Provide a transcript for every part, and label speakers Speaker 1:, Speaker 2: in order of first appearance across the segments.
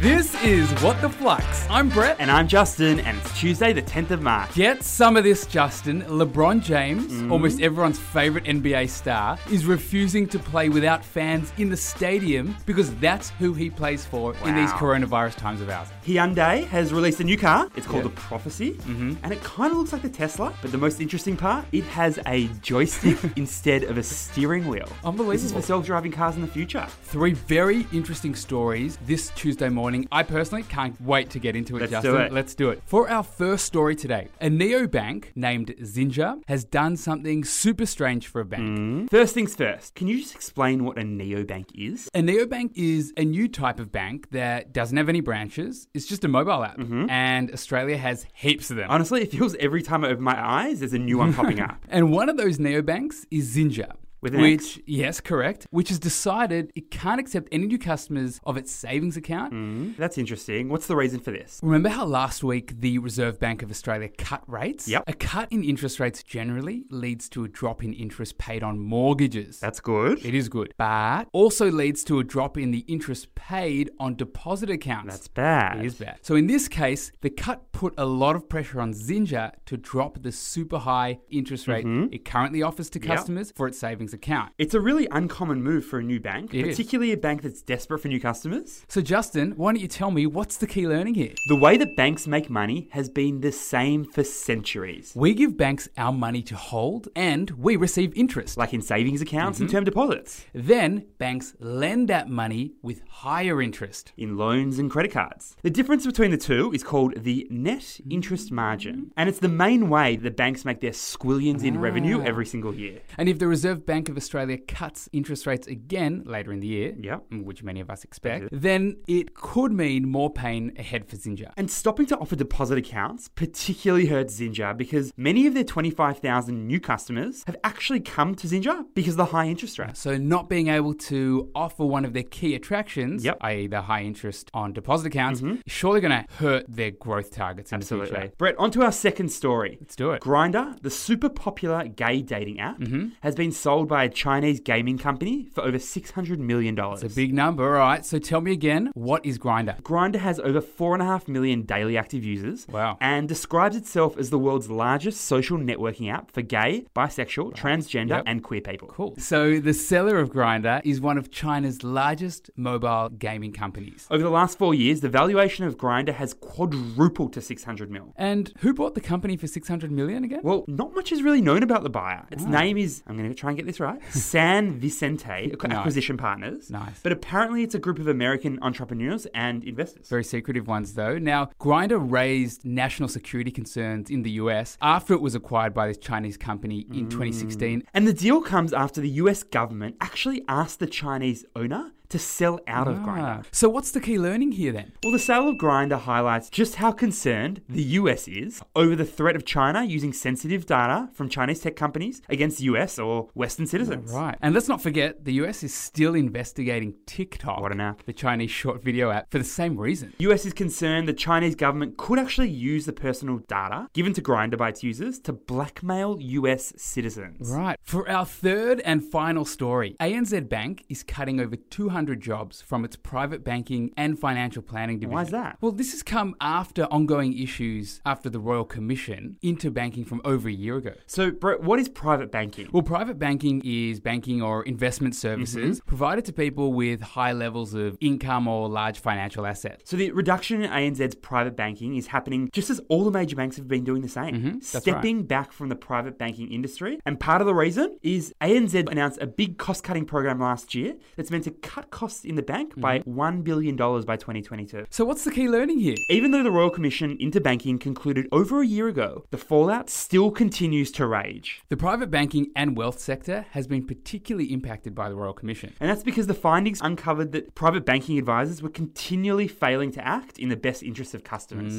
Speaker 1: This is What the Flux. I'm Brett.
Speaker 2: And I'm Justin, and it's Tuesday, the 10th of March.
Speaker 1: Get some of this, Justin. LeBron James,
Speaker 2: Mm.
Speaker 1: almost everyone's favorite NBA star, is refusing to play without fans in the stadium because that's who he plays for in these
Speaker 2: Wow.
Speaker 1: coronavirus times of ours.
Speaker 2: Hyundai has released a new car. It's called
Speaker 1: Yeah.
Speaker 2: the Prophecy, mm-hmm. and it kind of looks like the Tesla, but the most interesting part, it has a joystick instead of a steering
Speaker 1: Oh,
Speaker 2: wheel. This is
Speaker 1: Unbelievable.
Speaker 2: for self-driving cars in the future.
Speaker 1: Three very interesting stories this Tuesday morning. I personally can't wait to get into it,
Speaker 2: Let's
Speaker 1: Justin.
Speaker 2: do it.
Speaker 1: Let's do it. For our first story today, a neobank named Zinja has done something super strange for a bank.
Speaker 2: First things first, can you just explain what a neobank is?
Speaker 1: A neobank is a new type of bank that doesn't have any branches. It's just a mobile app,
Speaker 2: Mm-hmm.
Speaker 1: and Australia has heaps of them.
Speaker 2: Honestly, it feels every time I open my eyes, there's a new one popping up.
Speaker 1: and one of those neobanks is Zinja.
Speaker 2: With an
Speaker 1: which, yes, correct, which has decided it can't accept any new customers of its savings account.
Speaker 2: Hmm? That's interesting. What's the reason for this?
Speaker 1: Remember how last week the Reserve Bank of Australia cut rates?
Speaker 2: Yep.
Speaker 1: A cut in interest rates generally leads to a drop in interest paid on mortgages.
Speaker 2: That's good.
Speaker 1: it is good, but also leads to a drop in the interest paid on deposit accounts.
Speaker 2: That's bad.
Speaker 1: It is bad. So in this case, the cut put a lot of pressure on Zinja to drop the super high interest rate it currently offers to
Speaker 2: Yeah.
Speaker 1: customers for its savings account.
Speaker 2: It's a really uncommon move for a new bank,
Speaker 1: It is.
Speaker 2: particularly a bank that's desperate for new customers.
Speaker 1: So Justin, why don't you tell me what's the key learning here?
Speaker 2: The way that banks make money has been the same for centuries,
Speaker 1: We give banks our money to hold and we receive interest.
Speaker 2: like in savings accounts
Speaker 1: Mm-hmm.
Speaker 2: and term deposits,
Speaker 1: Then banks lend that money with higher interest.
Speaker 2: in loans and credit cards. The difference between the two is called the net interest
Speaker 1: Mm-hmm.
Speaker 2: margin, and it's the main way the banks make their squillions in revenue
Speaker 1: Ah.
Speaker 2: every single year.
Speaker 1: And if the Reserve Bank of Australia cuts interest rates again later in the year,
Speaker 2: Yeah.
Speaker 1: which many of us expect, then it could mean more pain ahead for Zinja.
Speaker 2: And stopping to offer deposit accounts particularly hurts Zinja because many of their 25,000 new customers have actually come to Zinja because of the high interest rates.
Speaker 1: So not being able to offer one of their key attractions,
Speaker 2: Yep. Mm-hmm.
Speaker 1: i.e. the high interest on deposit accounts, is surely going to hurt their growth targets in the
Speaker 2: Absolutely.
Speaker 1: future.
Speaker 2: Brett, on to our second story.
Speaker 1: Let's do it.
Speaker 2: Grinder, the super popular gay dating app,
Speaker 1: Mm-hmm.
Speaker 2: has been sold by a Chinese gaming company for over $600 million.
Speaker 1: It's a big number, all right. So tell me again, what is Grinder?
Speaker 2: Grinder has over 4.5 million daily active users
Speaker 1: Wow.
Speaker 2: and describes itself as the world's largest social networking app for gay, bisexual, transgender,
Speaker 1: Yep.
Speaker 2: and queer people.
Speaker 1: Cool. So the seller of Grinder is one of China's largest mobile gaming companies.
Speaker 2: Over the last four years, the valuation of Grinder has quadrupled to 600 mil.
Speaker 1: And who bought the company for 600 million again?
Speaker 2: Well, not much is really known about the buyer. Its name is, I'm going to try and get this right, San Vicente Ac-
Speaker 1: Nice.
Speaker 2: Acquisition Partners.
Speaker 1: Nice.
Speaker 2: But apparently, it's a group of American entrepreneurs and investors.
Speaker 1: Very secretive ones, though. Now, Grinder raised national security concerns in the US after it was acquired by this Chinese company
Speaker 2: Mm.
Speaker 1: in 2016
Speaker 2: And the deal comes after the US government actually asked the Chinese owner to sell out of
Speaker 1: Ah.
Speaker 2: Grindr.
Speaker 1: So what's the key learning here then?
Speaker 2: Well, the sale of Grindr highlights just how concerned the US is over the threat of China using sensitive data from Chinese tech companies against US or Western citizens.
Speaker 1: Right. And let's not forget the US is still investigating TikTok.
Speaker 2: What an app.
Speaker 1: The Chinese short video app for the same reason.
Speaker 2: US is concerned the Chinese government could actually use the personal data given to Grindr by its users to blackmail US citizens.
Speaker 1: Right. For our third and final story, ANZ Bank is cutting over 200 jobs from its private banking and financial planning division.
Speaker 2: Why is that?
Speaker 1: Well, this has come after ongoing issues after the Royal Commission into banking from over a year ago.
Speaker 2: So, Brett, what is private banking?
Speaker 1: Well, private banking is banking or investment services provided to people with high levels of income or large financial assets.
Speaker 2: So the reduction in ANZ's private banking is happening just as all the major banks have been doing the same,
Speaker 1: Mm-hmm. right.
Speaker 2: stepping back from the private banking industry. And part of the reason is ANZ announced a big cost-cutting program last year that's meant to cut costs in the bank by
Speaker 1: Mm-hmm.
Speaker 2: 1 billion dollars by 2022.
Speaker 1: So, what's the key learning here?
Speaker 2: Even though the Royal Commission into banking concluded over a year ago, the fallout still continues to rage.
Speaker 1: The private banking and wealth sector has been particularly impacted by the Royal Commission.
Speaker 2: And that's because the findings uncovered that private banking advisors were continually failing to act in the best interests of customers.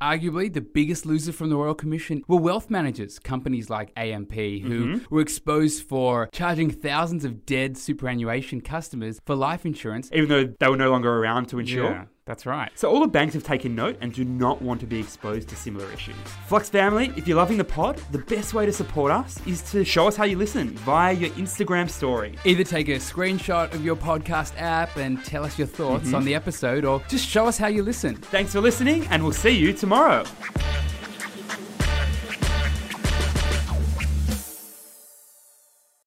Speaker 1: Arguably, the biggest loser from the Royal Commission were wealth managers, companies like AMP, who were exposed for charging thousands of dead superannuation customers for life insurance.
Speaker 2: even though they were no longer around to insure.
Speaker 1: Yeah, that's right.
Speaker 2: So all the banks have taken note and do not want to be exposed to similar issues. Flux family, if you're loving the pod, the best way to support us is to show us how you listen via your Instagram story.
Speaker 1: Either take a screenshot of your podcast app and tell us your thoughts on the episode, or just show us how you listen.
Speaker 2: Thanks for listening, and we'll see you tomorrow.